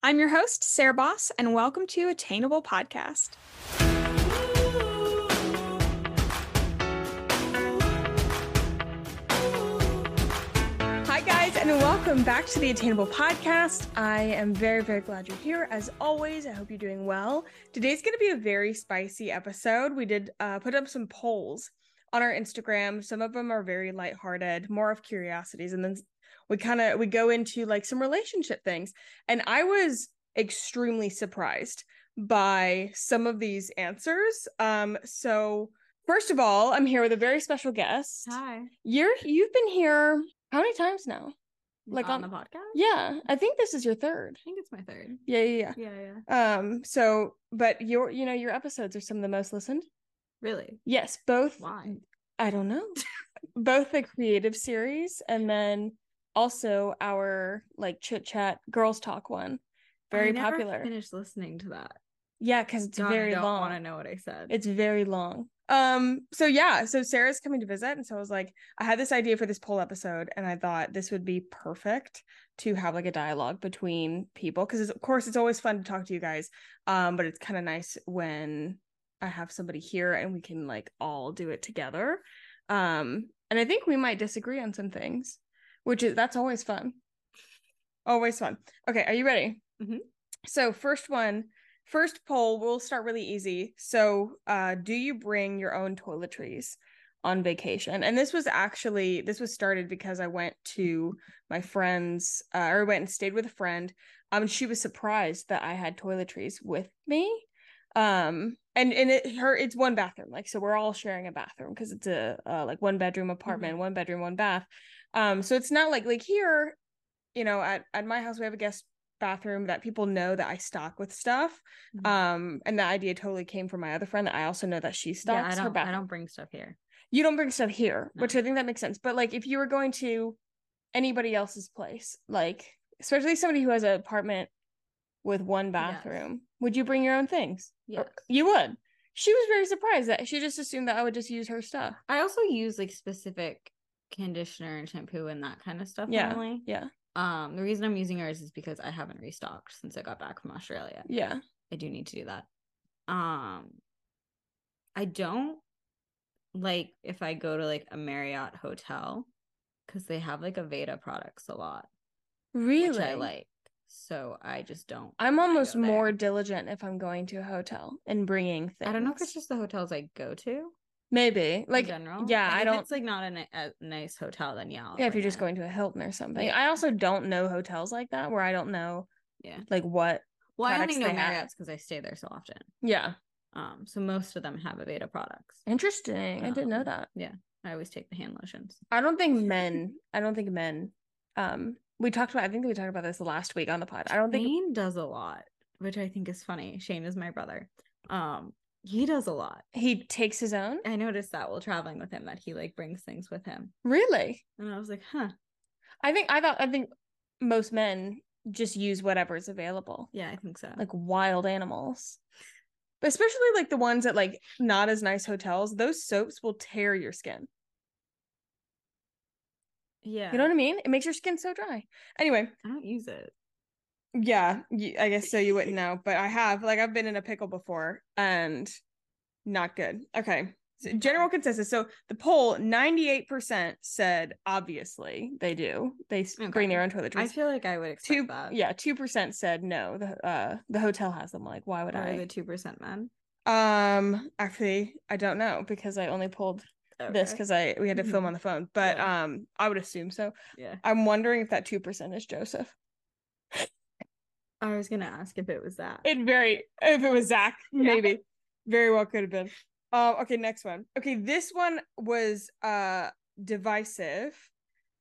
I'm your host, Sarah Boss, and welcome to Attainable Podcast. Hi, guys, and welcome back to the Attainable Podcast. I am very, very glad you're here. As always, I hope you're doing well. Today's going to be a very spicy episode. We did uh, put up some polls on our Instagram. Some of them are very lighthearted, more of curiosities, and then we kind of we go into like some relationship things. And I was extremely surprised by some of these answers. Um, so first of all, I'm here with a very special guest. Hi. You're you've been here how many times now? Like Like on, on- the podcast? Yeah, I think this is your third. I think it's my third. Yeah, yeah, Yeah, yeah. yeah. Um, so but your you know, your episodes are some of the most listened. Really? Yes, both Why? I don't know. both the creative series and then also our like chit chat girls talk one. Very I never popular. Finished listening to that. Yeah, because it's God, very I don't want to long. know what I said. It's very long. Um, so yeah, so Sarah's coming to visit, and so I was like, I had this idea for this poll episode, and I thought this would be perfect to have like a dialogue between people because of course it's always fun to talk to you guys. Um, but it's kind of nice when I have somebody here and we can like all do it together. Um, and I think we might disagree on some things, which is that's always fun. Always fun. Okay, are you ready? Mhm. So first one, first poll, we'll start really easy. So, uh, do you bring your own toiletries on vacation? And this was actually this was started because I went to my friend's, uh, or I went and stayed with a friend. Um, and she was surprised that I had toiletries with me. Um, and and it her it's one bathroom, like so we're all sharing a bathroom because it's a uh, like one bedroom apartment, one bedroom, one bath. Um, so it's not like like here, you know, at at my house we have a guest bathroom that people know that I stock with stuff. Mhm. Um, and the idea totally came from my other friend that I also know that she yeah, stocks I her don't. bathroom I don't bring stuff here. you don't bring stuff here, No. which I think that makes sense. But like if you were going to anybody else's place, like especially somebody who has an apartment with one Yes. bathroom, would you bring your own things? Yeah. Or- You would. She was very surprised that she just assumed that I would just use her stuff. I also use like specific conditioner and shampoo and that kind of stuff Yeah. normally. Yeah. Um, the reason I'm using ours is because I haven't restocked since I got back from Australia. Yeah. I do need to do that. Um, I don't like if I go to like a Marriott hotel because they have like Aveda products a lot. Really? which I like. So I just don't. I, I'm almost there. more diligent if I'm going to a hotel and bringing things. don't know if it's just the hotels I go to. maybe like in general. yeah, I if don't- It's like not a, ni- a nice hotel, then yeah. I'll yeah, if bring you're just it. going to a Hilton or something. Yeah. I also don't know hotels like that where I don't know Yeah. like what Well, I only products know they have. Marriott's because I stay there so often. yeah. Um, so most of them have Aveda products. Interesting. I didn't know Um, that. I always take the hand lotions. I don't think men. I don't think men. Um, we talked about. I think we talked about this last week on the pod. I don't think. Shane does a lot, which I think is funny. Shane is my brother. Um, he does a lot. He takes his own. I noticed that while traveling with him that he like brings things with him, Really? and I was like, huh, I think. I thought. I think most men just use whatever is available, yeah, I think so. like wild animals, But especially like the ones at like not as nice hotels. Those soaps will tear your skin. yeah, You know what I mean? It makes your skin so dry. Anyway, I don't use it. Yeah, y- I guess so. You wouldn't know, but I have. Like, I've been in a pickle before and not good. Okay. So general consensus. So the poll 98% said, obviously, they do. They s- bring their own I toiletries. feel like I would expect Two, that. yeah, 2% said no. The, uh, the hotel has them. Like, why would Are the I? two percent men? Um, actually, I don't know because I only pulled this Okay. Mm-hmm. because I we had to film on the phone, but Yeah. um, I would assume so. yeah, I'm wondering if that 2% is Joseph. I was gonna ask if it was that. It very if it was Zach, Yeah. maybe. Very well could have been. Um, okay, next one. Okay, this one was uh divisive,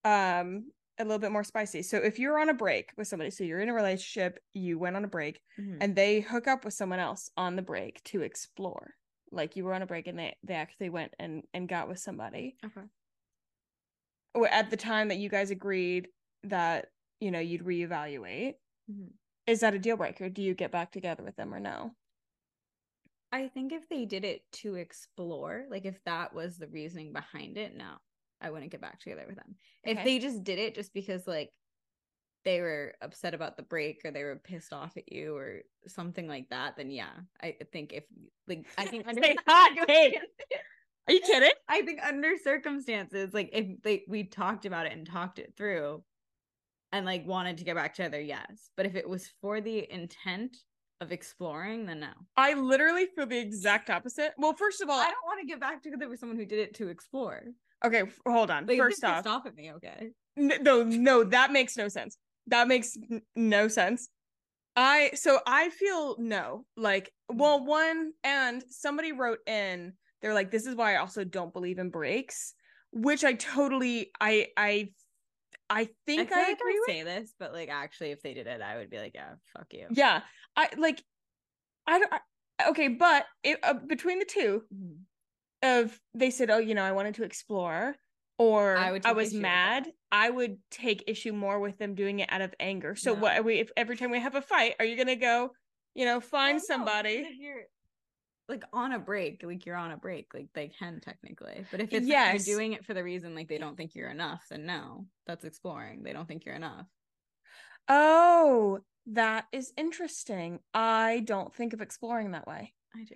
um, a little bit more spicy. So if you're on a break with somebody, so you're in a relationship, you went on a break, Mhm. and they hook up with someone else on the break to explore. Like you were on a break and they they actually went and and got with somebody. Okay. Or At the time that you guys agreed that, you know, you'd reevaluate. Mm-hmm. Mhm. Is that a deal breaker? Do you get back together with them or no? I think if they did it to explore, like if that was the reasoning behind it, no, I wouldn't get back together with them. If Okay. they just did it just because, like, they were upset about the break or they were pissed off at you or something like that, then yeah, I think if like I think under Say hot take. Are you kidding? I think under circumstances, like if they we talked about it and talked it through and like wanted to get back together, yes. But if it was for the intent of exploring, then no. I literally feel the exact opposite. Well, first of all, I don't want to get back together with someone who did it to explore. okay, f- hold on. Like, first first off, pissed off at me, okay? N- no no that makes no sense that makes n- no sense i so i feel no like Hmm. well one and somebody wrote in they're like this is why i also don't believe in breaks which i totally i i i I think feel i, like agree I with say this, but like actually, if they did it, I would be like, yeah, fuck you. yeah i like i don't I, okay but it, uh, between the two Mhm. of they said oh you know i wanted to explore or I i, would take was issue with mad that. i would take issue more with them doing it out of anger so No. what are we if every time we have a fight are you gonna go you know Well, find no, because If somebody you're like on a break, like you're on a break, like they can technically. But if it's like, Yes. you're doing it for the reason like they don't think you're enough, then no, that's exploring. They don't think you're enough. oh that is interesting i don't think of exploring that way I do.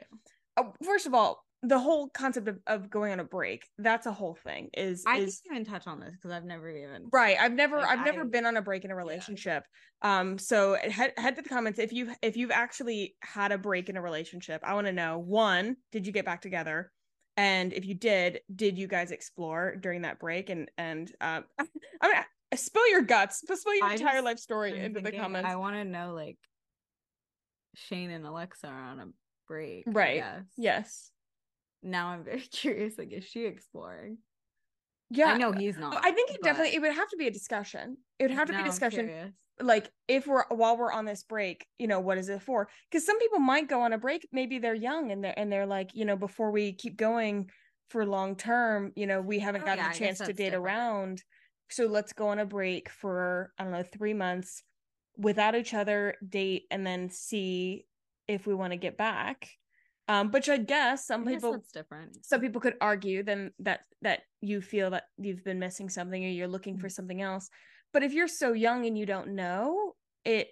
oh, first of all the whole concept of, of going on a break that's a whole thing is I is didn't even touch on this because I've never even right i've never Like, i've never I- been on a break in a relationship um so head, head to the comments if you have if you've actually had a break in a relationship i want to know one did you get back together and if you did did you guys explore during that break and and um i mean I- spill your guts but spill your I entire just- life story I'm into the thinking comments I want to know like Shane and Alexa are on a break. I Right. guess. yes Now I'm very curious. Like, is she exploring? yeah uh, oh, I know he's not. i think it but definitely it would have to be a discussion it would have to now be a I'm discussion curious. like if we're while we're on this break you know what is it for because some people might go on a break maybe they're young and they're and they're like you know before we keep going for long term you know we haven't Oh, gotten yeah, I a guess chance to that's date different. around so let's go on a break for i don't know three months without each other date and then see if we want to get back um but i guess some I guess people that's different. some people could argue then that that you feel that you've been missing something or you're looking Mm-hmm. for something else but if you're so young and you don't know it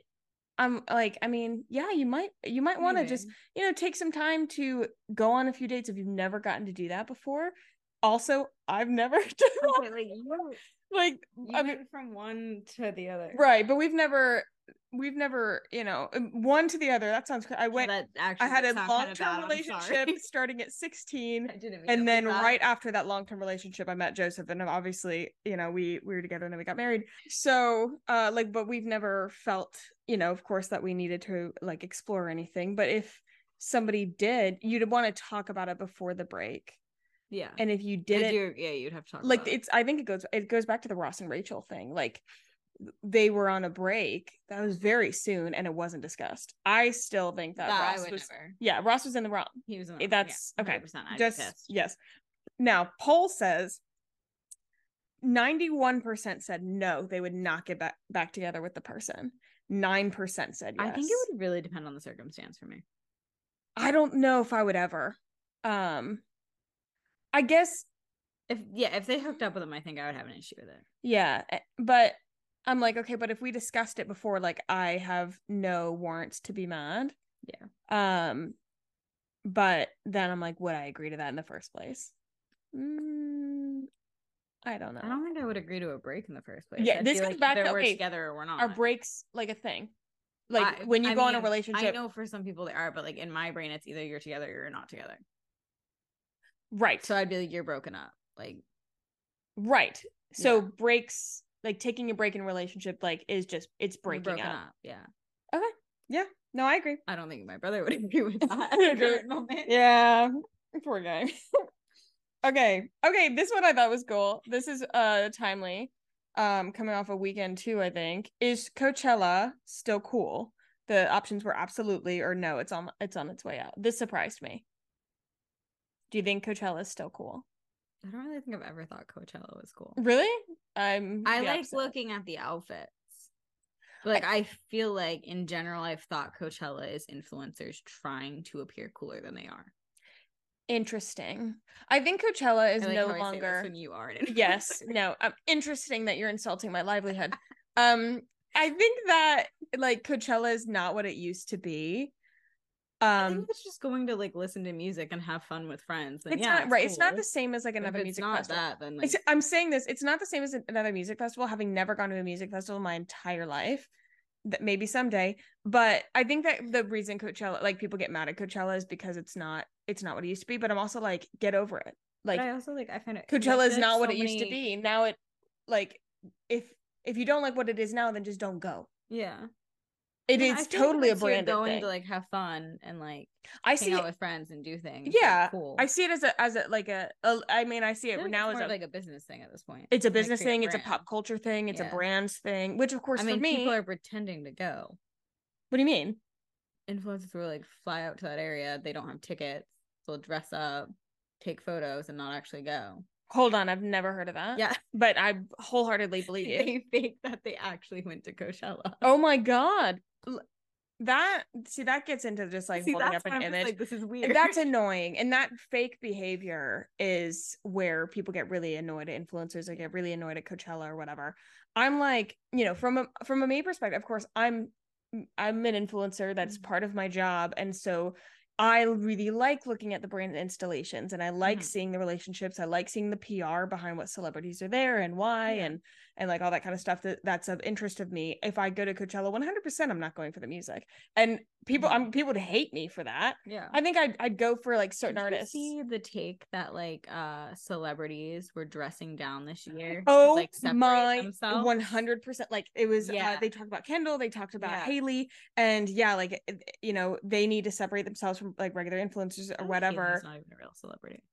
i'm like i mean yeah you might you might want to just Maybe. you know take some time to go on a few dates if you've never gotten to do that before also i've never done that. Okay, like you, like you i mean went from one to the other. right but we've never we've never you know um, one to the other that sounds cr- i So went that i actually had a did sound kinda long-term bad, I'm sorry. relationship starting at 16 I didn't mean it and then like that. right after that long-term relationship i met joseph and obviously you know we we were together and then we got married so uh like but we've never felt you know of course that we needed to like explore anything but if somebody did you'd want to talk about it before the break yeah. and if you I didn't do- yeah, you'd have to talk like about it. it's i think it goes it goes back to the ross and rachel thing like they were on a break that was very soon and it wasn't discussed i still think that, That I ross would was never. yeah ross was in the wrong He was. in the Eh, wrong. that's- okay. 100%, I'd be just pissed. yes. Now, poll says 91% said no, they would not get back, back together with the person. 9% said yes. I think it would really depend on the circumstance for me. I don't know if I would ever. Um I guess If yeah, if they Mm. hooked up with him, I think I would have an issue with it. yeah, eh, but I'm like okay, but if we discussed it before like I have no warrants to be mad. Yeah. Um but then I'm like would I agree to that in the first place? Mm, I don't know. I don't think I would agree to a break in the first place. Yeah, I'd this be goes like, back either to, we're okay, together or we're not. are breaks like a thing? Like when you I go on a mean, I relationship, know for some people they are, but like in my brain, it's either you're together or you're not together. right? So I'd be like, you're broken up. Like right. So Yeah. breaks, like taking a break in a relationship, like is just it's we're breaking broken up. Yeah. No, I agree. I don't think my brother would agree with that. I at the agree. current moment. Yeah, poor guy. okay, okay. This one I thought was cool. This is uh timely. Um, coming off a weekend too, I think is Coachella still cool? The options were absolutely or no. It's on it's on its way out. This surprised me. Do you think Coachella is still cool? I don't really think I've ever thought Coachella was cool. Really? I'm I the like opposite. looking at the outfits. But like I feel like in general I've thought Coachella is influencers trying to appear cooler than they are. interesting. I think Coachella is I like no how I say this longer when you are an influencer. yes, no. Um interesting that you're insulting my livelihood. Um I think that like Coachella is not what it used to be. I Um, think it's just going to like listen to music and have fun with friends. And it's yeah, not right. It's not cool. the same as like But if another it's music not festival. that, then like It's, I'm saying this. It's not the same as another music festival. Having never gone to a music festival my entire life, that maybe someday. But I think that the reason Coachella, like people get mad at Coachella, is because it's not it's not what it used to be. But I'm also like, get over it. but Like I also like I find it like, I Coachella is feel like not what so it used to many- be. Now it like if if you don't like what it is now, then just don't go. Yeah. It And I is feel like totally a once you're branded going thing. to like have fun and like I hang see. out It, with friends and do things. like, Yeah, cool. I see it as a as a like a, a I mean I see I it feel like now it's as more a of, like a business thing at this point. it's a like, business create thing. It's a brand. pop culture thing. It's Yeah. a brands thing. Which of course I mean, for me, people are pretending to go. what do you mean? Influencers will like fly out to that area. They don't have tickets. They'll dress up, take photos, and not actually go. Hold on, I've never heard of that. Yeah. but I wholeheartedly believe you. They think that they actually went to Coachella. oh my god, L- that see that gets into just like See, holding that's up why an I'm just image. Like, this is And weird. That's annoying. And that fake behavior is where people get really annoyed at influencers or get really annoyed at Coachella or whatever. I'm like, you know, from a from a me perspective, of course, I'm I'm an influencer. That's Mhm. part of my job. And so I really like looking at the brand installations and I like Mhm. seeing the relationships. I like seeing the PR behind what celebrities are there and why Yeah. and and like all that kind of stuff that that's of interest of me. If I go to Coachella 100%, I'm not going for the music. And people Mhm. I'm people would hate me for that. yeah. I think I'd I'd go for like certain Did you artists. See the take that like uh celebrities were dressing down this year. to, Oh like, separate my, themselves? one hundred percent. Like it was. Yeah. Uh, they talked about Kendall. They talked about Yeah. Haley, and yeah, like it- it- you know they need to separate themselves from like regular influencers I or think whatever. Oh, Hailey's not even a real celebrity.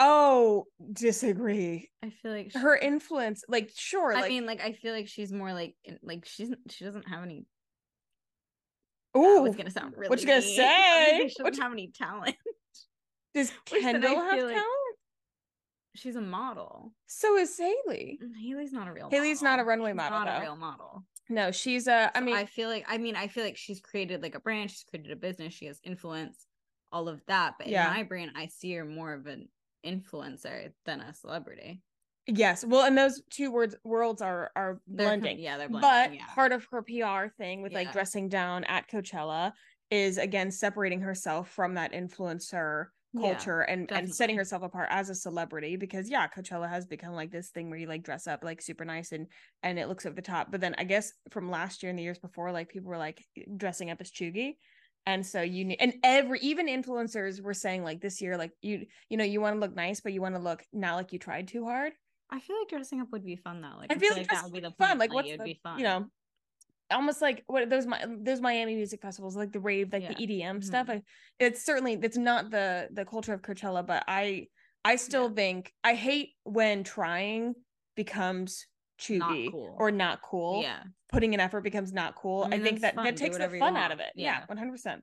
Oh, disagree. I feel like she- Her influence, like sure, I like mean, like I feel like she's more like in- like she's she doesn't have any. Oh, oh, it's gonna sound really. what you gonna mean. I was say? like, she What doesn't have any talent. does which then I Kendall have feel talent? like- She's a model. So is Haley. Mm, Haley's not a real. Haley's not a model. runway She's model, Not though. a real model. No, she's a. I So mean, I feel like I mean I feel like she's created like a brand, she's created a business, she has influence, all of that. But Yeah. in my brain, I see her more of an influencer than a celebrity. yes. Well, and those two words worlds are are They're com- blending. yeah, they're but blending. yeah. part of her PR thing with Yeah. like dressing down at Coachella is again separating herself from that influencer Yeah, culture and and setting definitely. herself apart as a celebrity because yeah Coachella has become like this thing where you like dress up like super nice and and it looks over the top but then I guess from last year and the years before like people were like dressing up as Chugi and so you need and every even influencers were saying like this year like you you know you want to look nice but you want to look not like you tried too hard I feel like dressing up would be fun though. Like I feel like, that that's would be the fun. point, Like, what's it'd the, be fun. you know, almost like what those Mi- those Miami music festivals, like the rave, like the EDM Mm-hmm. stuff. I, it's certainly it's not the the culture of Coachella, but I I still think I hate when trying becomes chuggy cool. or not cool. Yeah. Putting an effort becomes not cool. I, I mean, think that's that fun. that Do takes the whatever you fun out of want. it. Yeah, Yeah. one hundred percent.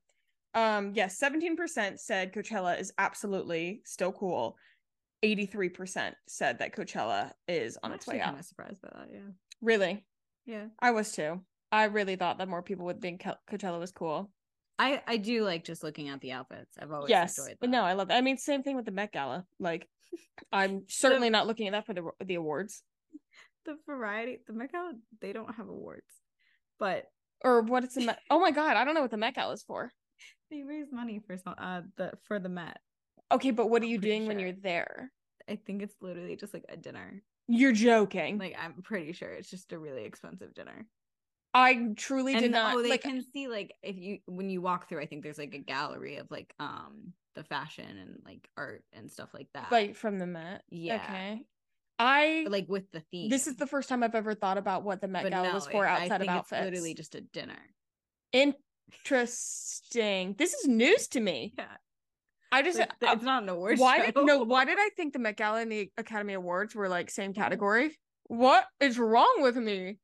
Um, yes, seventeen percent said Coachella is absolutely still cool. Eighty-three percent said that Coachella is on I'm its way actually out. kind of surprised by that. Yeah. Really, Yeah. I was too. I really thought that more people would think Coach- Coachella was cool. I I do like just looking at the outfits. I've always yes, enjoyed but that. no, I love. That. I mean, same thing with the Met Gala. Like, I'm certainly not looking at that for the the awards the variety, the Met Gala, they don't have awards, but or what it's the Met. oh my god, I don't know what the Met Gala is for. they raise money for some uh the for the Met. Okay, but what are I'm you pretty doing when sure. you're there? I think it's literally just like a dinner. You're joking. Like I'm pretty sure it's just a really expensive dinner. I truly And did not oh, they like. can see like if you when you walk through, I think there's like a gallery of like um the fashion and like art and stuff like that. like from the Met. yeah, Okay. I but, like with the theme. this is the first time I've ever thought about what the Met But Gala no, was for it- I outside of think it's outfits. literally just a dinner. Interesting. This is news to me. Yeah, I just uh, like, th- I- it's not an award why show. did no why did i think the met gala and the academy awards were like same category what is wrong with me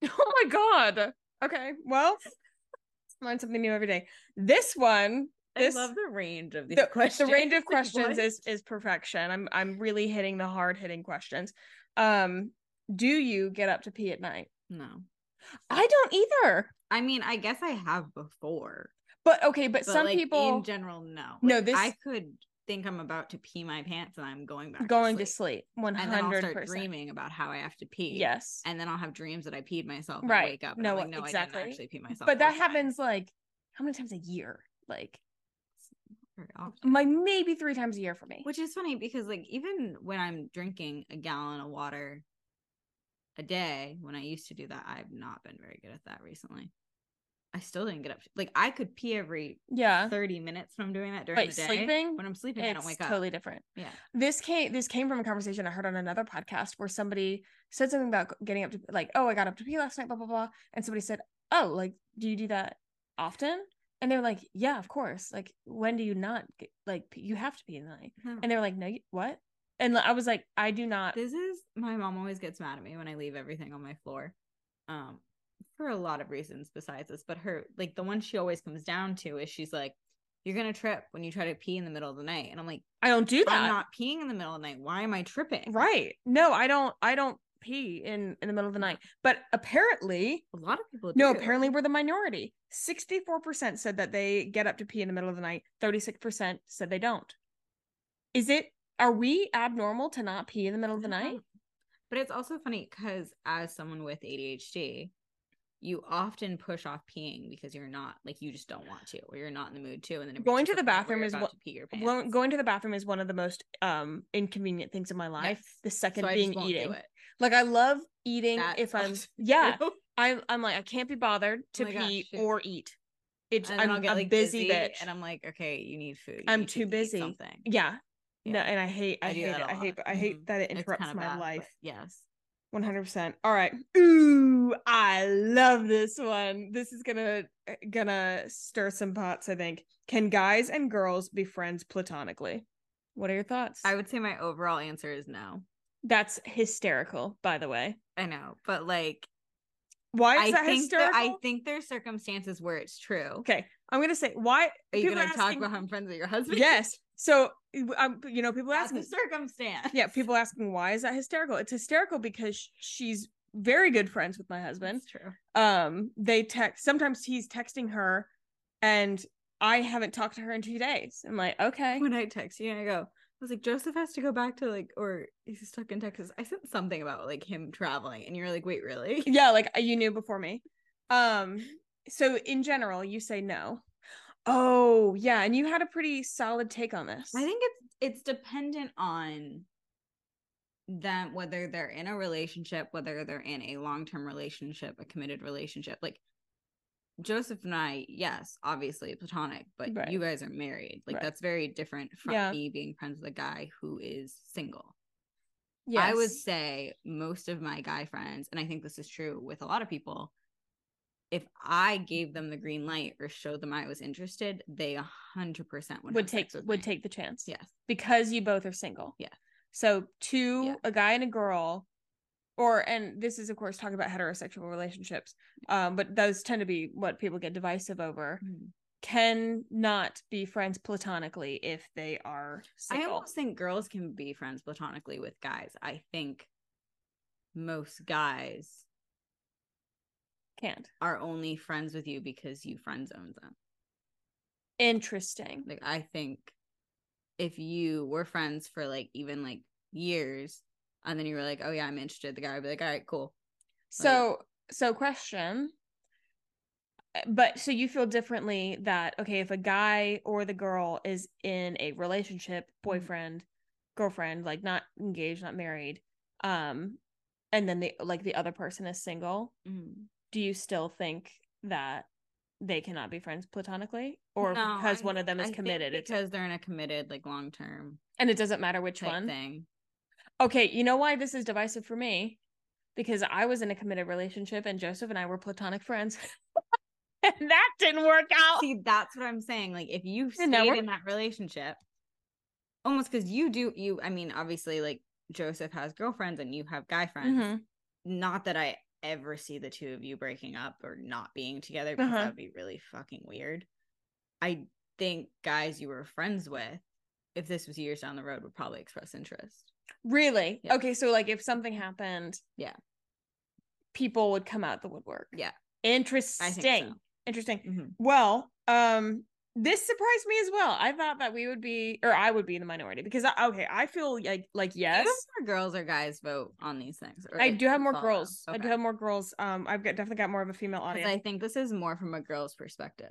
oh my god okay well learn something new every day this one this I love the range of these the, the questions. range of Like, questions what? is is perfection i'm i'm really hitting the hard hitting questions um do you get up to pee at night no. i don't either I mean, I guess I have before. but okay but, But some like, people in general, no. No, Like, I this- could think I'm about to pee my pants and I'm going back Going to sleep. One and then I'll hundred start percent. dreaming about how I have to pee. Yes. And then I'll have dreams that I peed myself and Right. wake up and No, I'm like, no, I exactly. didn't actually pee myself. But last that night." happens like how many times a year? Like Very often. my maybe three times a year for me. Which is funny because like even when I'm drinking a gallon of water a day, when I used to do that, I've not been very good at that recently. I still didn't get up. Like I could pee every yeah. 30 minutes from doing that during But the day. sleeping, when I'm sleeping, I don't It's wake up. totally different. Yeah. This came this came from a conversation I heard on another podcast where somebody said something about getting up to like, oh, I got up to pee last night, blah blah blah. And somebody said, Oh, like, do you do that often? And they're like, Yeah, of course. Like, when do you not get, like pee- you have to pee in the night? No. And they were like, No, you, what? And I was like, I do not. Hmm. This is my mom always gets mad at me when I leave everything on my floor. Um for a lot of reasons besides this, but her like the one she always comes down to is she's like you're going to trip when you try to pee in the middle of the night. And I'm like, I don't do I'm that. not peeing in the middle of the night. Why am I tripping? Right. No, I don't I don't pee in in the middle of the night. But apparently, A lot of people do. no, apparently we're the minority. 64% said that they get up to pee in the middle of the night. 36% said they don't. Is it are we abnormal to not pee in the middle of the I don't night? know. Um, But it's also funny because as someone with ADHD, you often push off peeing because you're not like you just don't want to, or you're not in the mood to. And then it Going reaches to a the point where bathroom you're is about what- to pee your pants. Well, going to the bathroom is one of the most um inconvenient things in my life. Yes. The second So I just being won't do eating. it. Like I love eating That if I'm sucks. yeah, And I'm I'm like I can't be bothered to Oh my gosh, pee shoot. or eat. It's then I'm, I'll get a like busy, busy, bitch. and I'm like, okay, you need food. You I'm need to too eat busy. Something. yeah. No, Yeah. and I hate I, I do hate that it. a I hate lot. I hate Mhm. that it It's interrupts kinda my bad, but life. Yes. One hundred percent. All right. Ooh, I love this one. This is gonna eh, gonna stir some pots. I think. Can guys and girls be friends platonically? What are your thoughts? I would say my overall answer is no. That's hysterical, by the way. I know, but like, Why is I that think there, hysterical? I think there's circumstances where it's true. okay, I'm gonna say why. Are you people gonna talk asking- about how I'm friends with your husband? Yes. So, um, you know, people That's ask the me. circumstance. Yeah, people asking why is that hysterical? It's hysterical because sh- she's very good friends with my husband. That's true. Um, they text sometimes he's texting her, and I haven't talked to her in two days. I'm like, okay, When I text you and I go, I was like, Joseph has to go back to like, or he's stuck in Texas. I sent something about like him traveling, and you're like, wait, really? yeah, like uh, you knew before me. Um, so in general, you say no. Oh yeah, and you had a pretty solid take on this. I think it's it's dependent on them whether they're in a relationship, whether they're in a long term relationship, a committed relationship. Like Joseph and I, yes, obviously platonic, but Right. you guys are married. Like Right. that's very different from Yeah. me being friends with a guy who is single. yes. I would say most of my guy friends, and I think this is true with a lot of people, if I gave them the green light or showed them I was interested, they a hundred percent would would have take sex with would me. take the chance. yes. because you both are single. Yeah. So two, Yeah. a guy and a girl, or and this is of course talking about heterosexual relationships, um, but those tend to be what people get divisive over. Mm-hmm. Can not be friends platonically if they are I single. almost think girls can be friends platonically with guys. I think most guys Can't. are only friends with you because you friend zones them. Interesting. Like I think if you were friends for like even like years and then you were like, Oh yeah, I'm interested, the guy would be like, All right, cool. So so question. eh, But so you feel differently that okay, if a guy or the girl is in a relationship, Mm-hmm. boyfriend, girlfriend, like not engaged, not married, um, and then the like the other person is single, Mm. do you still think that they cannot be friends platonically? Or No, because I- one of them I is think committed, it's because they're in a committed, like long term and it doesn't matter which type one. thing. Okay, you know why this is divisive for me? Because I was in a committed relationship and Joseph and I were platonic friends. and that didn't work out. See, that's what I'm saying. Like, if you And now stayed we're- in that relationship, almost because you do, you, I mean, obviously, like Joseph has girlfriends and you have guy friends. Mhm. Not that I ever see the two of you breaking up or not being together because Uh-huh. that would be really fucking weird. I think guys you were friends with, if this was years down the road, would probably express interest. Really? Yeah. Okay, so like if something happened, Yeah. people would come out the woodwork. Yeah. Interesting. I think so. Interesting. Mhm. Well, um this surprised me as well. I thought that we would be, or I would be in the minority because I, okay, I feel like like Do you yes, have more girls or guys vote on these things? Or I like, do have more vote on girls. them? I do Okay. have more girls. Um, I've got definitely got more of a female 'Cause audience. I think this is more from a girl's perspective.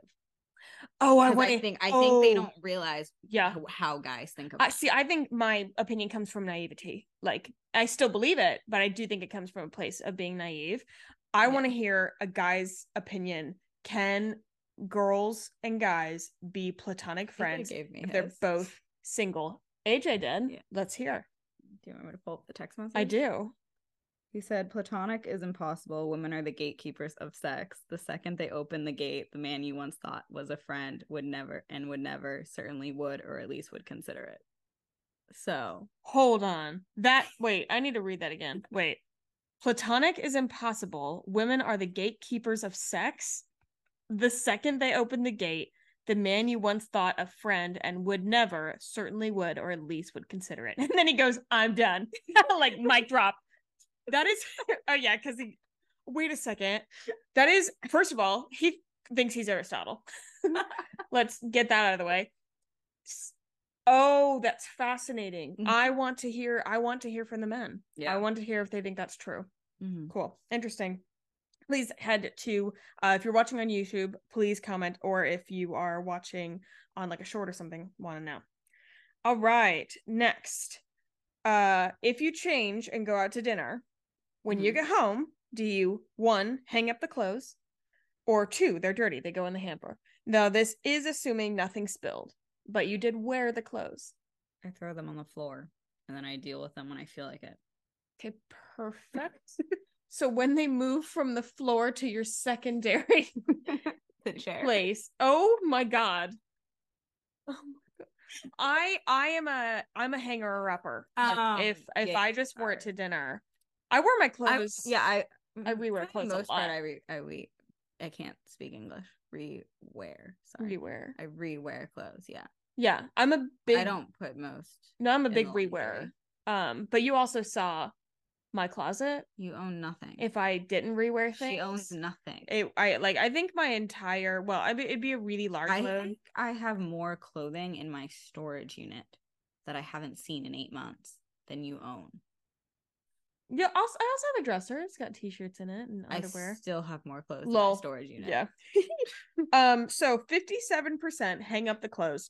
oh, I 'Cause want I to think I think they oh. don't realize Yeah, how, how guys think about. I see. I think my opinion comes from naivety. Like I still believe it, but I do think it comes from a place of being naive. Yeah. I want to hear a guy's opinion. Can girls and guys be platonic I think friends it gave me if they're his. both single? AJ did. Yeah. Let's hear. Do you want me to pull up the text message? I do. He said, Platonic is impossible. Women are the gatekeepers of sex. The second they open the gate, the man you once thought was a friend would never and would never, certainly would, or at least would consider it. So, Hold on. That wait, I need to read that again. Wait. Platonic is impossible. Women are the gatekeepers of sex. The second they open the gate, the man you once thought a friend and would never, certainly would, or at least would consider it. And then he goes, I'm done. like mic drop. That is oh yeah, because he wait a second. That is first of all, he thinks he's Aristotle. Let's get that out of the way. S- Oh, that's fascinating. Mhm. I want to hear I want to hear from the men. Yeah. I want to hear if they think that's true. mm-hmm. Cool. Interesting. Please head to uh, if you're watching on YouTube, please comment or if you are watching on like a short or something, want to know. All right. Next. Uh if you change and go out to dinner, when you Mhm. get home, do you one, hang up the clothes or two, they're dirty, they go in the hamper. Now this is assuming nothing spilled, but you did wear the clothes. I throw them on the floor and then I deal with them when I feel like it. Okay, perfect. so when they move from the floor to your secondary The chair. place, oh my god. Oh my god. I I am a I'm a hanger upper. Um, if if yeah, I just wore are. it to dinner, I wear my I, clothes. yeah, I, I rewear for the clothes a most part, lot. I, re, I, re, I can't speak English. Rewear. Sorry. rewear. I rewear clothes. Yeah. Yeah, I'm a big. I don't put most. No, I'm a in big the rewear. laundry. Um, but you also saw my closet. You own nothing. If I didn't rewear things, she owns nothing. it, I like. I think my entire. Well, I, it'd be a really large I load. think I have more clothing in my storage unit that I haven't seen in eight months than you own. Yeah, also I also have a dresser. It's got t-shirts in it and I underwear. still have more clothes in Lol. my storage unit. Yeah. um so 57% hang up the clothes.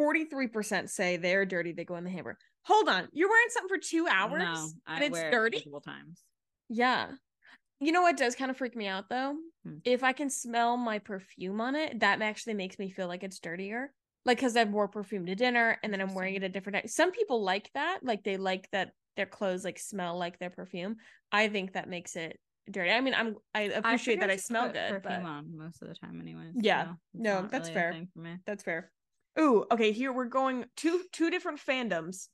43% say they're dirty, they go in the hamper. Hold on. You're wearing something for 2 hours? No, I and it's wear dirty? it multiple times. Yeah. You know what does kind of freak me out though? Hmm. If I can smell my perfume on it, that actually makes me feel like it's dirtier. Like cuz I've wore perfume to dinner and then I'm wearing it a different night. Some people like that, like they like that their clothes like smell like their perfume. I think that makes it dirty. I mean, I'm I appreciate forget that I to smell put good, Perfume but on most of the time, anyways. Yeah. so it's No, not that's really a fair. thing for me. that's fair. Ooh, okay, here we're going two two different fandoms.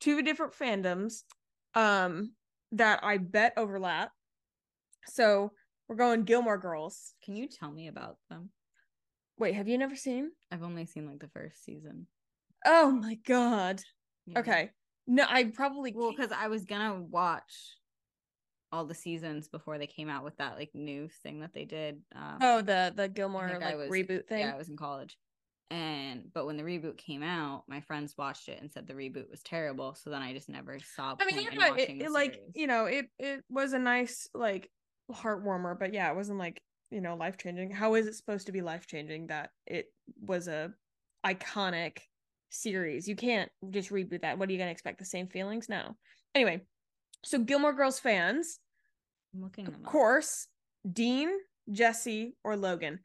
Two different fandoms um that I bet overlap. So, we're going Gilmore Girls. Can you tell me about them? Wait, have you never seen? I've only seen like the first season. Oh my god. Yeah. Okay. No, I probably Mm-hmm. Well, can't- because I was gonna watch all the seasons before they came out with that like new thing that they did. Um, Oh, the the Gilmore think I like was- reboot thing. Yeah, I was in college. And but when the reboot came out, my friends watched it and said the reboot was terrible. So then I just never saw. I mean, point I in know, it, watching it, the like series. you know, it it was a nice like heart warmer, but yeah, it wasn't like you know life changing. How is it supposed to be life changing that it was a iconic series? You can't just reboot that. What are you gonna expect? The same feelings? No. Anyway, so Gilmore Girls fans, I'm looking them of up. course, Dean, Jesse, or Logan.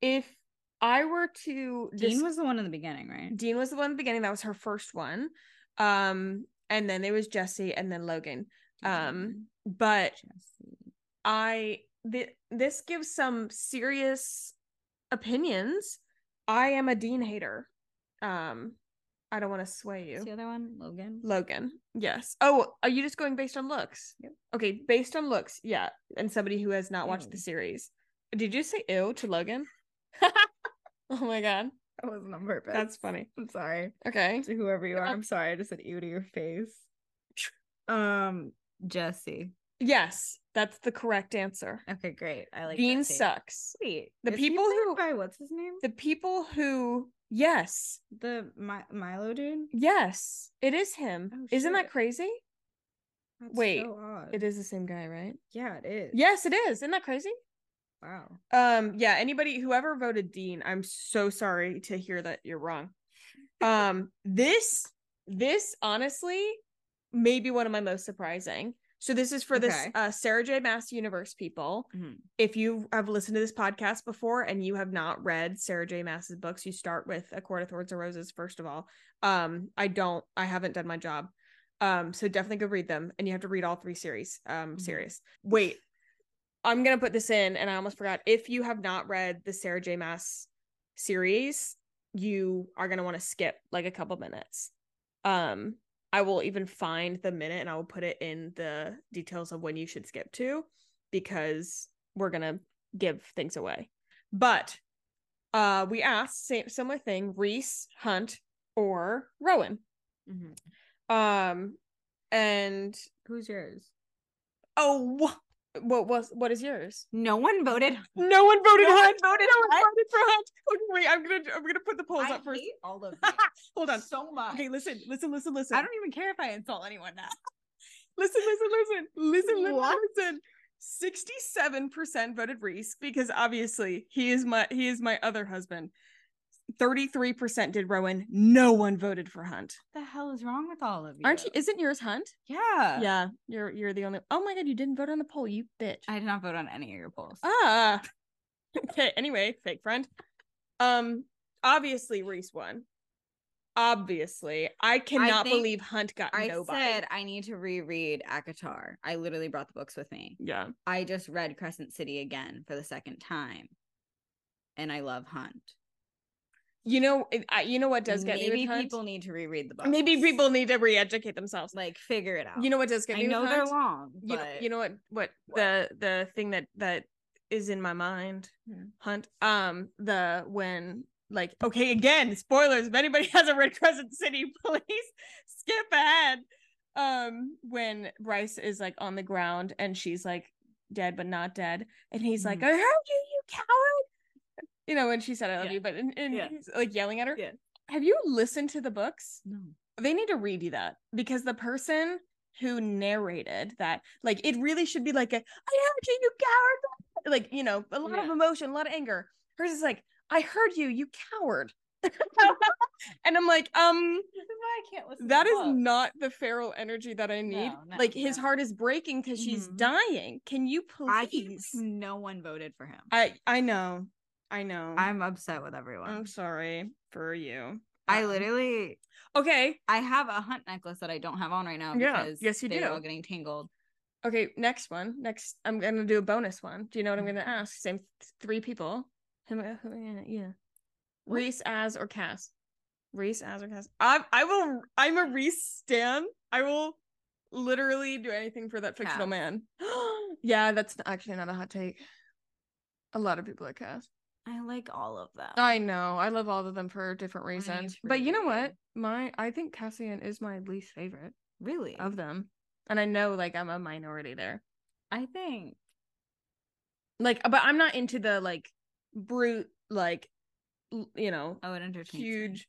If I were to Dean dis- was the one in the beginning, right? Dean was the one in the beginning. That was her first one. Um, and then there was Jesse and then Logan. Um, but Jesse. I th- this gives some serious opinions. I am a Dean hater. Um, I don't want to sway What's the you. other one? Logan. Logan. Yes. Oh, are you just going based on looks? Yep. Okay, based on looks, yeah. And somebody who has not watched Ew. the series. Did you say ew to Logan? oh my god. That wasn't on purpose. That's funny. I'm sorry. Okay. To whoever you are, I'm sorry. I just said ew to your face. Um, Jesse. Yes, that's the correct answer. Okay, great. I like Bean that take. sucks. Wait, The is he people played who- by what's his name? The people who yes, The Mi- Milo dude. yes, it is him. Oh, Isn't that shit. crazy? That's Wait, so odd. It is the same guy, right? Yeah, it is. Yes, it is. Isn't that crazy? Wow. Um, yeah, anybody whoever voted Dean, I'm so sorry to hear that you're wrong. Um, this this honestly may be one of my most surprising. So this is for this Okay. uh Sarah J. Mass Universe people. Mhm. If you have listened to this podcast before and you have not read Sarah J. Mass's books, you start with A Court of Thorns and Roses, first of all. Um, I don't, I haven't done my job. Um, so definitely go read them. And you have to read all three series. Um, Mhm. series. Wait, I'm gonna put this in, and I almost forgot. If you have not read the Sarah J. Mass series, you are gonna want to skip like a couple minutes. Um, I will even find the minute and I will put it in the details of when you should skip to because we're gonna give things away. But uh we asked same similar thing, Reese, Hunt, or Rowan. Mhm. Um and Who's yours? oh wh- what was what is yours? No one voted. No one voted No one Hunt. voted no one Hunt. voted for Hunt. Okay, wait, I'm gonna I'm gonna put the polls I up first. hate all of Hold you on. so much. Okay, listen, listen, listen, listen. I don't even care if I insult anyone now. Listen, listen, listen, listen, listen, What? listen. Sixty-seven percent voted Reese because obviously he is my he is my other husband. Thirty-three percent did Rowan. No one voted for Hunt. What the hell is wrong with all of you? Aren't you? Isn't yours Hunt? Yeah. yeah, you're you're the only. Oh my god, you didn't vote on the poll, you bitch. I did not vote on any of your polls. ah. Okay. Anyway, fake friend. Um. Obviously, Reese won. Obviously, I cannot think- believe Hunt got I nobody. said I need to reread Akatar. I literally brought the books with me. yeah. I just read Crescent City again for the second time, and I love Hunt. You know, it- I, you know what does get Maybe me with Hunt? people need to reread the book. Maybe people need to re-educate themselves. like figure it out. You know what does get I me? with know they're Hunt? long, but You know, you know what? What What? the the thing that that is in my mind, Hmm. Hunt. Um, the when like okay again spoilers. If anybody hasn't read Crescent City, please skip ahead. Um, when Bryce is like on the ground and she's like dead but not dead, and he's like, Mhm. "I heard you, you coward." You know, when she said "I love Yeah. you," but and, and Yeah. he's like yelling at her. Yeah. Have you listened to the books? no. they need to redo that because the person who narrated that like it really should be like a i heard you you coward like you know a lot of Yeah. emotion a lot of anger hers is like i heard you you coward and i'm like um This is why I can't listen. that is not the feral energy that i need No, no, like his no. heart is breaking because she's Mhm. dying can you I can't please believe no one voted for him. I, i i know i know am upset with everyone. i'm sorry for you I Um, literally okay I have a hunt necklace that I don't have on right now Yeah, because yes, you they're do. all getting tangled. Okay, next one. Next, I'm gonna do a bonus one. Do you know what I'm gonna Mhm. ask? Same th- three people. Who, who, yeah, yeah. What? Reese, Az, or Cass. Reese, Az, or Cass. I, I will. I'm a Reese stan. I will literally do anything for that fictional Cass. man. yeah, that's actually not a hot take. A lot of people are Cass. I like all of them. I know. I love all of them for different reasons. But you know what? agree. My, I think Cassian is my least favorite really? of them, and I know like I'm a minority there. I think like but i'm not into the like brute like l- you know I would entertain huge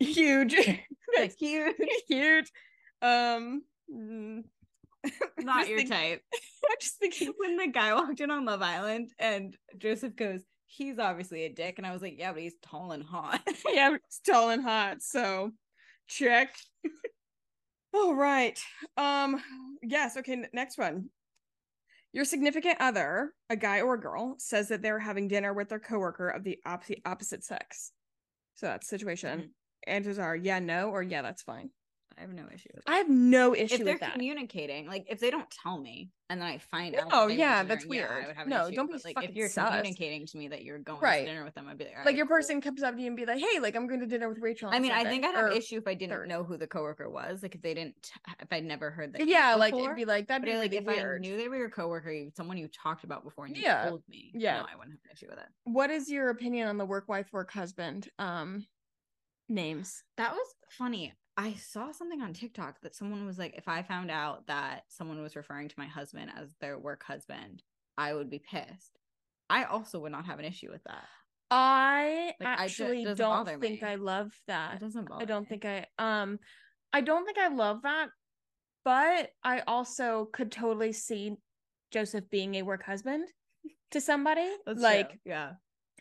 huge Like, huge. huge um mm, Not just your think- type. i'm just thinking when the guy walked in on Love Island and Joseph goes, he's obviously a dick. And I was like, yeah, but he's tall and hot. yeah it's tall and hot so check all right um yes okay n- next one your significant other a guy or a girl says that they're having dinner with their coworker of the opposite opposite sex so that's the situation Mhm. answers are yeah no or yeah that's fine I have no issue with I have no issue if they're with that. communicating, like if they don't tell me and then I find out, No, that they went yeah, to dinner, that's yeah, I weird. would have an No, issue, don't be but, like fucking if you're sus. communicating to me that you're going Right. to dinner with them, I'd be like, like "Alright, your cool." person comes up to you and be like, "Hey, like I'm going to dinner with Rachel." on I mean, I Sunday," think I'd have or- issue if I didn't third. know who the coworker was, like if they didn't, t- if I'd never heard that. Yeah, like before, it'd be like that'd But be like really if weird. I knew they were your coworker, you- someone you talked about before, and you Yeah. told me, Yeah. no, I wouldn't have an issue with it. What is your opinion on the work wife work husband um names? That was funny. I saw something on TikTok that someone was like, if I found out that someone was referring to my husband as their work husband, I would be pissed. I also would not have an issue with that. I Like, I ju- actually doesn't don't bother think me. I love It that. doesn't I bother don't me. think I um I don't think I love that, but I also could totally see Joseph being a work husband to somebody. That's true. like yeah.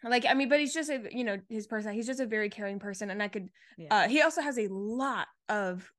like I mean, but he's just a you know, his person he's just a very caring person and I could yeah. uh he also has a lot of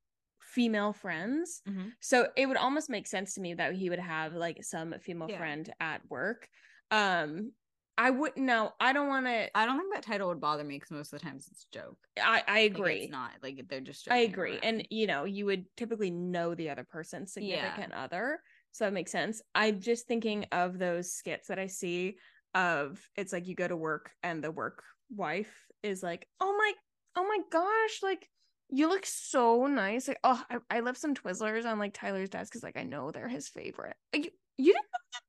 female friends. Mhm. So it would almost make sense to me that he would have like some female Yeah. friend at work. Um I wouldn't know. I don't want to I don't think that title would bother me because most of the times it's a joke. I I Like, agree. it's not like they're just. I joking agree. around. And you know, you would typically know the other person's Yeah. significant other. So that makes sense. I'm just thinking of those skits that I see of it's like you go to work and the work wife is like, Oh my oh my gosh, like you look so nice. Like, oh I, I left some Twizzlers on like Tyler's desk because like I know they're his favorite. Like, you, you didn't know that-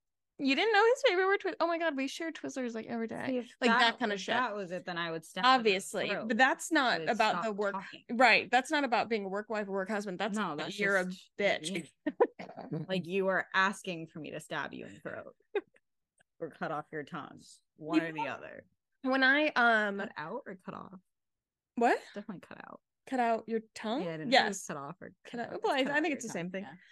you didn't know his favorite were Twizzlers. Oh my god, we share Twizzlers like every day. See, if like that kinda if shit. That was it. Then I would step. Obviously. But that's not about the work Right. That's not about being a work wife or work husband. That's no, no, that's you're just- a bitch. yeah. like you are asking for me to stab you in the throat or cut off your tongue, one or the other. When I um Cut out or cut off? what? Definitely cut out. Cut out your tongue? Yeah, I didn't know if it was yes. cut off or Cut out- It's well, I- cut I out think or it's the something, same thing. yeah.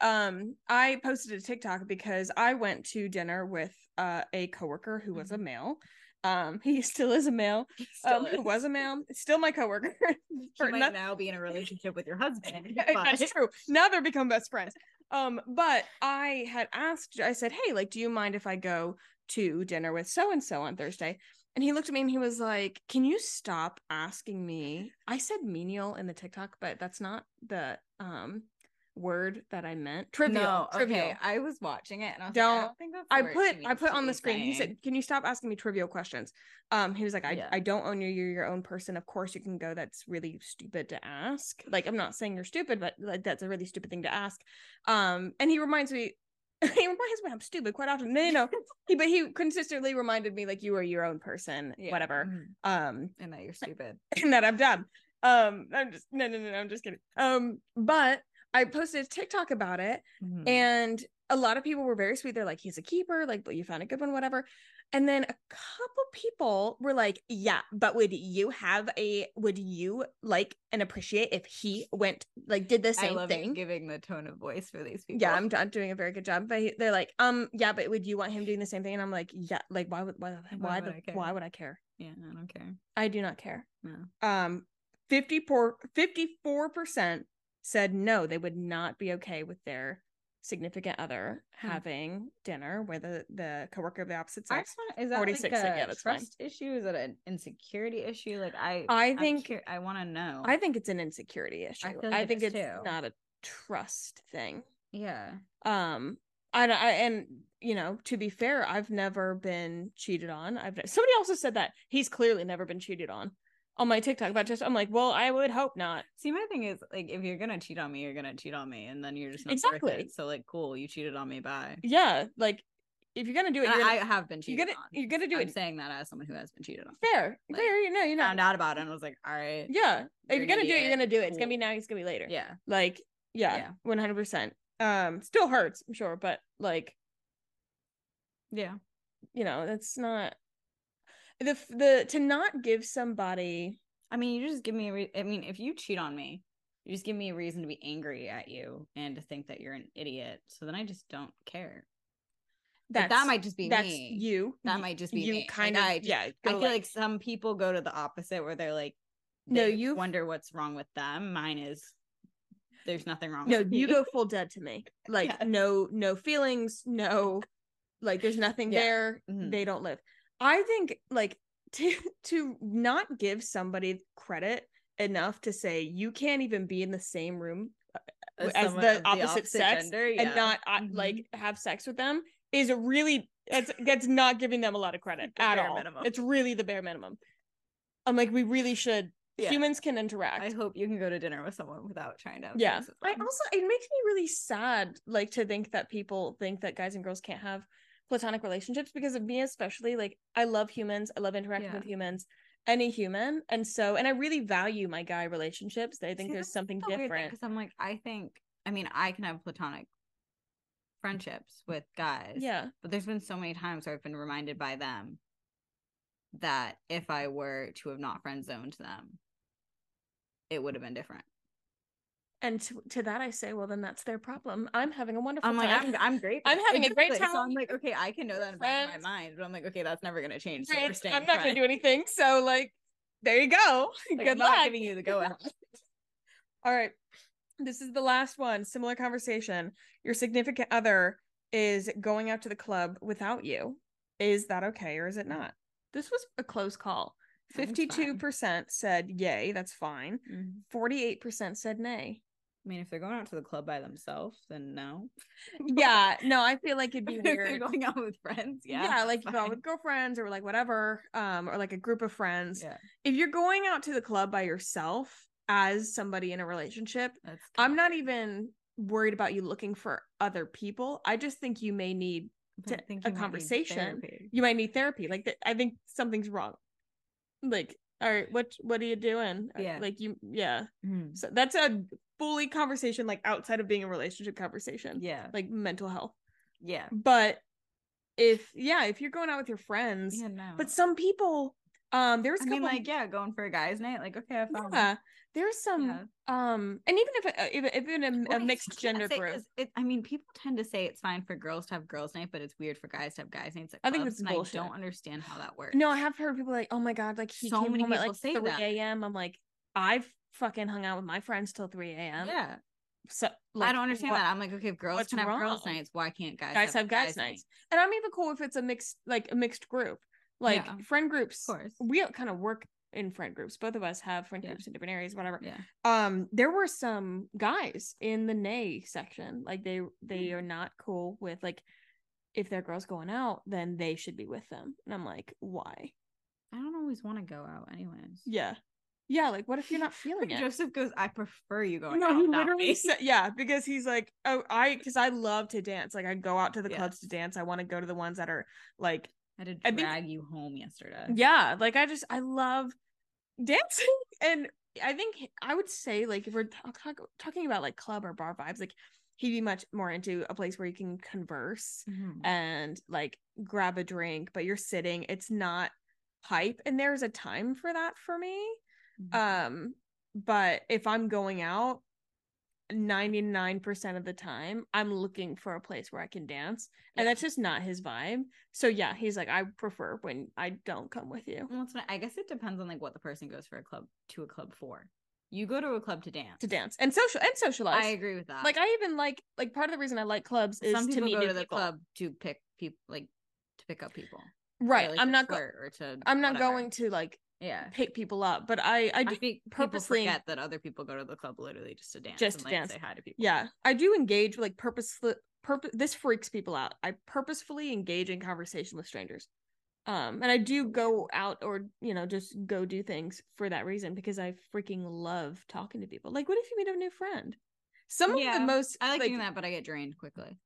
But um I posted a TikTok because I went to dinner with uh a coworker who was a Mhm. male. Um he still is a male. Still um who is. was a male, still my coworker. He for might noth- now be in a relationship with your husband. Yeah, but- That's true. Now they're become best friends. Um, but I had asked, I said, Hey, like, do you mind if I go to dinner with so and so on Thursday? And he looked at me and he was like, Can you stop asking me? I said menial in the TikTok, but that's not the um word that I meant. Trivial. No, trivial. okay. I was watching it and I was like, I Don't- don't think that's the I word put she I means put to on be the screen. He saying. said, "Can you stop asking me trivial questions?" Um, he was like, "I Yeah. I don't own you. You're your own person. Of course you can go. That's really stupid to ask. Like I'm not saying you're stupid, but like, that's a really stupid thing to ask." Um, and he reminds me. He reminds me I'm stupid quite often. No, no, no. He, but he consistently reminded me like you are your own person, Yeah, whatever. mhm, Um, And that you're stupid. and that I'm dumb. Um, I'm just no, no, no, no. I'm just kidding. Um, but I posted a TikTok about it, Mhm. and a lot of people were very sweet. They're like, he's a keeper, like, but you found a good one, whatever. And then a couple people were like, yeah, but would you have a, would you like and appreciate if he went, like, did the I same love you thing? giving the tone of voice for these people. Yeah, I'm, I'm doing a very good job. But he, they're like, um, yeah, but would you want him doing the same thing? And I'm like, yeah, like, why would, why, why, Why the, would I care? why would I care? yeah, I don't care. I do not care. No. Um, 54, 54% said no, they would not be okay with their significant other Hmm. having dinner with the, the coworker of the opposite I sex. just wanna- is that 46, like like, a yeah, that's fine. trust issue? Is it an insecurity issue? Like Um, I, I I'm think cur- I want to know. I think it's an insecurity issue. I, feel like it think is it's too. not a trust thing. yeah, Um, I, don't- I and you know to be fair, I've never been cheated on. I've somebody also said that he's clearly never been cheated on on my TikTok. But just I'm like, well, I would hope not. See, my thing is like, if you're gonna cheat on me, you're gonna cheat on me, and then you're just not Worth Exactly. it. So like, cool, you cheated on me. Bye. Yeah, like if you're gonna do it, And you're I, I gonna, have been you're cheated gonna on. you're gonna do I'm it saying that as someone who has been cheated on. fair. like, fair, you know, you're not. Found out about it and was like, all right. Yeah, if you're you're an gonna do it, you're idiot. gonna do it. It's gonna Cool. be now. It's gonna be later. Yeah. Like, yeah, Yeah. one hundred percent. Um, still hurts, I'm sure, but like, Yeah. you know, that's not the f- the to not give somebody. I mean, you just give me a re- I mean, if you cheat on me, you just give me a reason to be angry at you and to think that you're an idiot. So then I just don't care. But That's, that might just be that's me. you. that Y- might just be you me. Like, kind of I just- yeah. I go feel like some people go to the opposite where they're like, No, they you- wonder what's wrong with them. Mine is there's nothing wrong. no, with you me. go full dead to me. Like Yeah. no, no feelings, no, like there's nothing Yeah. there. Mhm. They don't live. I think like to to not give somebody credit enough to say you can't even be in the same room as someone the of opposite sex gender, yeah. and not uh, Mhm. like have sex with them is really that's that's not giving them a lot of credit The at bare all. minimum. It's really the bare minimum. I'm like, we really should. Yeah. Humans can interact. I hope you can go to dinner with someone without trying to. have yeah. sex with I them. also it makes me really sad, like to think that people think that guys and girls can't have platonic relationships because of me especially. Like I love humans. I love interacting Yeah. with humans. any human. And so, and I really value my guy relationships. I think there's something different. Because I'm like, I think, I mean, I can have platonic friendships with guys. yeah. But there's been so many times where I've been reminded by them that if I were to have not friend zoned them, it would have been different. And to, to that, I say, well, then that's their problem. I'm having a wonderful I'm like, time. I'm I'm great. I'm having a great Exactly. So time. I'm like, okay, I can know We're that in the back of friends. my mind, but I'm like, okay, that's never gonna change. So we're Friends, staying I'm not going friends. to do anything. So, like, there you go. Like, Good I'm luck. not giving you the go out. All right. This is the last one. Similar conversation. Your significant other is going out to the club without you. Is that okay or is it not? This was a close call. Mine's fine. 52% said yay, that's fine. Mhm. 48% said nay. I mean, if they're going out to the club by themselves, then no. Yeah, no, I feel like it'd be if they're weird. going out with friends, yeah. yeah, that's like you go out fine. with girlfriends or like whatever, um, or like a group of friends. Yeah, If you're going out to the club by yourself as somebody in a relationship, that's I'm not even worried about you looking for other people. I just think you may need but I to- think a you might need conversation. therapy. you might need therapy. Like th- I think something's wrong. Like, all right, what what are you doing? Uh, Yeah. Like you yeah. Mhm. So that's a fully conversation like outside of being a relationship conversation. Yeah, Like mental health. yeah, But if yeah, if you're going out with your friends, yeah. No, but some people um there was a I couple mean, like, yeah, going for a guys' night. Like, okay, I found. yeah, there's some Yeah. um and even if a, if, if in a, Well, a I mixed just can't gender say- group 'cause It, I mean, people tend to say it's fine for girls to have girls' night, but it's weird for guys to have guys' nights. At I think clubs, that's and bullshit. I don't understand how that works. No, I have heard people like, oh my god, like he So came many home at people like say three that. a.m. I'm like, I've fucking hung out with my friends till three a.m. Yeah, So like, I don't understand what- that. I'm like, okay, if girls what's can have girls' wrong? nights, why can't guys, Guys have guys' nights, and I'm even cool if it's a mixed like a mixed group, like Yeah. friend groups. Of course. We kind of work in friend groups. Both of us have friend Yeah. groups in different areas, whatever. Yeah. Um, there were some guys in the nay section, like they they Mm. are not cool with like if their girl's going out, then they should be with them, and I'm like, why? I don't always want to go out, anyways. Yeah, yeah. Like, what if you're not feeling it? Joseph goes, I prefer you going no, out. he without literally me." said, yeah, because he's like, oh, I, because I love to dance. Like, I go out to the Yeah. clubs to dance. I want to go to the ones that are like, I uh, had I to think- drag you home yesterday. yeah, like I just, I love dancing. And I think he- I would say, like, if we're ta- talk- talking about like club or bar vibes, like, he'd be much more into a place where you can converse Mhm. and like grab a drink, but you're sitting, it's not hype. And there's a time for that for me. Mhm. Um, but if I'm going out, 99% of the time, I'm looking for a place where I can dance. And Yeah. that's just not his vibe. So yeah, he's like, I prefer when I don't come with you Well, it's not, I guess it depends on like what the person goes for a club to a club for. You go to a club to dance. to dance and social and socialize. I agree with that. like I even like like part of the reason I like clubs is some to people meet go new to the people. club to pick people like to pick up people or, Right. like, I'm to not go- flirt or to I'm not whatever. going to like yeah pick people up, but I I I do think purposely- people forget that other people go to the club literally just to dance Just and to like dance. say hi to people yeah, I do engage like purposefully purpose this freaks people out. I purposefully engage in conversation with strangers. Um and I do go out or you know just go do things for that reason because I freaking love talking to people. Like what if you meet a new friend? Some Yeah, of the most I like, doing that but I get drained quickly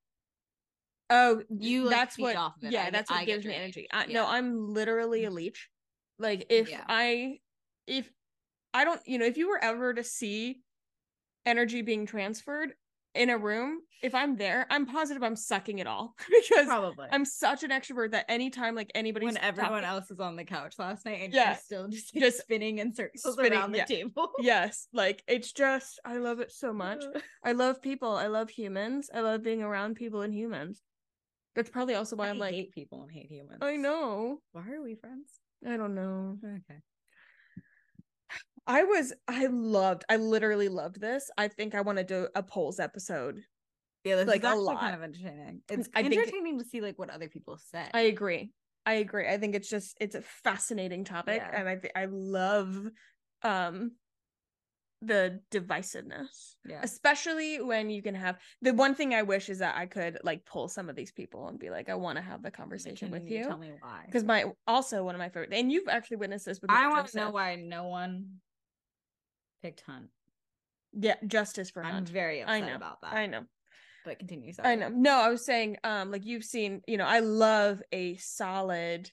Oh, You, like, that's feed what off of it. yeah, I get- that's what I get gives me drained. energy. I, No, Yeah. Mm-hmm. I'm literally a leech. Like if Yeah. I if I don't, you know, if you were ever to see energy being transferred in a room, if I'm there, I'm positive I'm sucking it all because probably I'm such an extrovert that anytime like anybody's when everyone talking- else is on the couch last night and Yeah. you're still just, like, Just spinning in circles spinning, around the yeah. table yes, like it's just I love it so much. Mm-hmm. I love people. I love humans. I love being around people and humans. That's probably also why I I'm like hate people and hate humans I know. Mm. why are we friends I don't know. okay I was I loved I literally loved this. I think I want to do a polls episode. yeah this Like, is a actually lot. Mm, kind of entertaining it's I think- entertaining to see like what other people say I agree. I agree. I think it's just it's a fascinating topic Yeah. and I thi- I love um the divisiveness. yeah Especially when you can have the one thing I wish is that I could like pull some of these people and be like I want to have the conversation Can with Tell you me why. because my also one of my favorite and you've actually witnessed this with I Nick want to know Joseph. why no one picked Hunt. yeah justice for I'm Hunt. very I upset know. about that. I know. But continue. Sorry. I know. No, I was saying, um, like you've seen, you know, I love a solid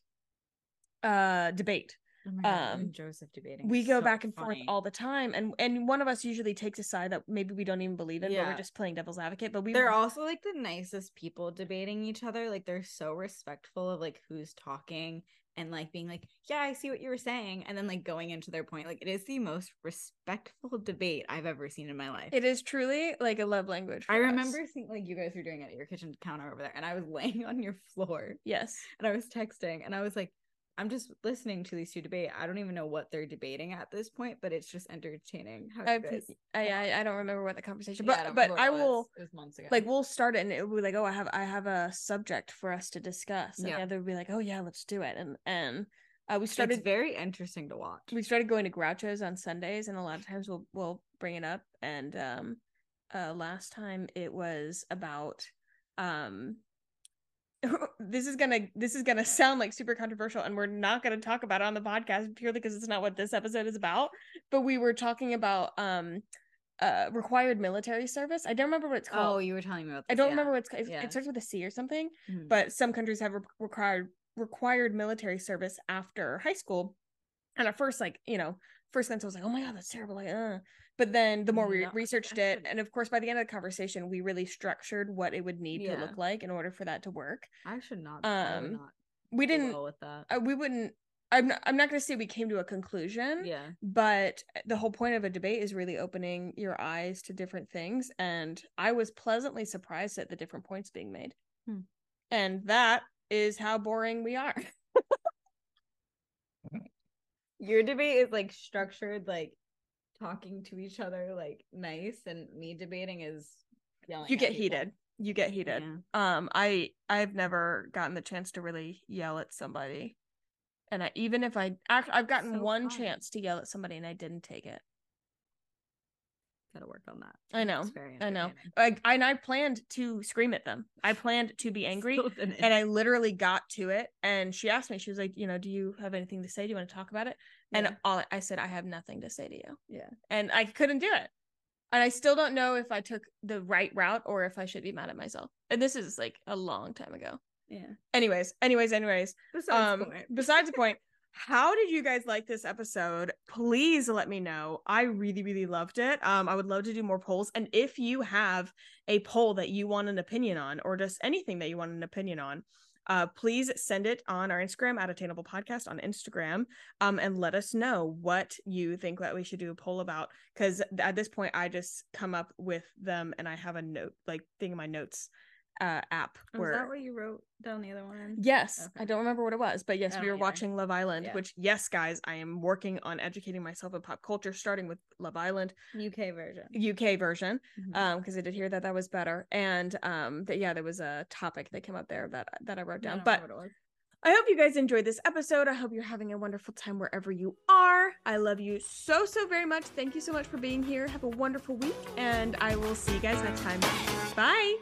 uh debate. Oh my God, Um, you and Joseph debating. we is go so back and forth funny. all the time and and one of us usually takes a side that maybe we don't even believe in but Yeah. we're just playing devil's advocate but we They're also like the nicest people debating each other. Like they're so respectful of like who's talking and like being like, "Yeah, I see what you were saying," and then like going into their point. Like it is the most respectful debate I've ever seen in my life. it is truly like a love language I for us. remember seeing like you guys were doing it at your kitchen counter over there, and I was laying on your floor yes and I was texting and I was like, I'm just listening to these two debate. I don't even know what they're debating at this point, but it's just entertaining. How I, you guys- I I I don't remember what the conversation Yeah, but don't but remember I what it was. will It was months ago. like we'll start it and it'll be like oh I have I have a subject for us to discuss and Yeah. the other will be like oh yeah let's do it and and uh, we started it's very interesting to watch. we started going to Groucho's on Sundays, and a lot of times we'll we'll bring it up. And um, uh, last time it was about um, this is gonna this is gonna sound like super controversial, and we're not gonna talk about it on the podcast purely because it's not what this episode is about. But we were talking about um, uh, required military service. I don't remember what it's Oh, called. you were telling me about. This. I don't yeah. remember what it's called. It- yeah. It starts with a C or something Mhm. but some countries have re- required required military service after high school. And at first, like you know, first glance I was like, "Oh my god, that's terrible!" Like, uh. but then the more we No, researched that's it, good. and of course, by the end of the conversation, we really structured what it would need Yeah. to look like in order for that to work. I should not. I would um, not We do didn't. well with that. uh, we wouldn't. I'm not, I'm not going to say we came to a conclusion, Yeah, but eh, the whole point of a debate is really opening your eyes to different things and i was pleasantly surprised at the different points being made Hmm. and that is how boring we are your debate is like structured, like talking to each other, like nice, and me debating is yelling. you at get people. heated you get heated Yeah. um i i've never gotten the chance to really yell at somebody and I, even if i act, i've gotten So one fun. chance to yell at somebody and i didn't take it Gotta work on that. i know It's very I know. entertaining. like and i planned to scream at them i planned to be angry Still didn't. and I literally got to it and she asked me, she was like, you know, do you have anything to say? Do you want to talk about it? Yeah. And all I said, I have nothing to say to you. Yeah. And I couldn't do it. And I still don't know if I took the right route or if I should be mad at myself. And this is like a long time ago. Yeah. Anyways, anyways, anyways. Besides um point. besides the point, how did you guys like this episode? Please let me know. I really, really loved it. Um, I would love to do more polls. And if you have a poll that you want an opinion on, or just anything that you want an opinion on, uh, please send it on our Instagram at Attainable Podcast on Instagram, um, and let us know what you think that we should do a poll about. Because at this point, I just come up with them, and I have a note like thing in my notes uh, app Was Oh, that what you wrote down the other one? Yes, Okay. I don't remember what it was, but yes, I don't we were either. watching Love Island, Yeah. which yes, guys, I am working on educating myself in pop culture, starting with Love Island UK version. UK version, Mhm. um, because I did hear that that was better, and um, that yeah, there was a topic that came up there that that I wrote I down, don't but remember what it was. I hope you guys enjoyed this episode. I hope you're having a wonderful time wherever you are. I love you so, so very much. Thank you so much for being here. Have a wonderful week, and I will see you guys next time. Bye.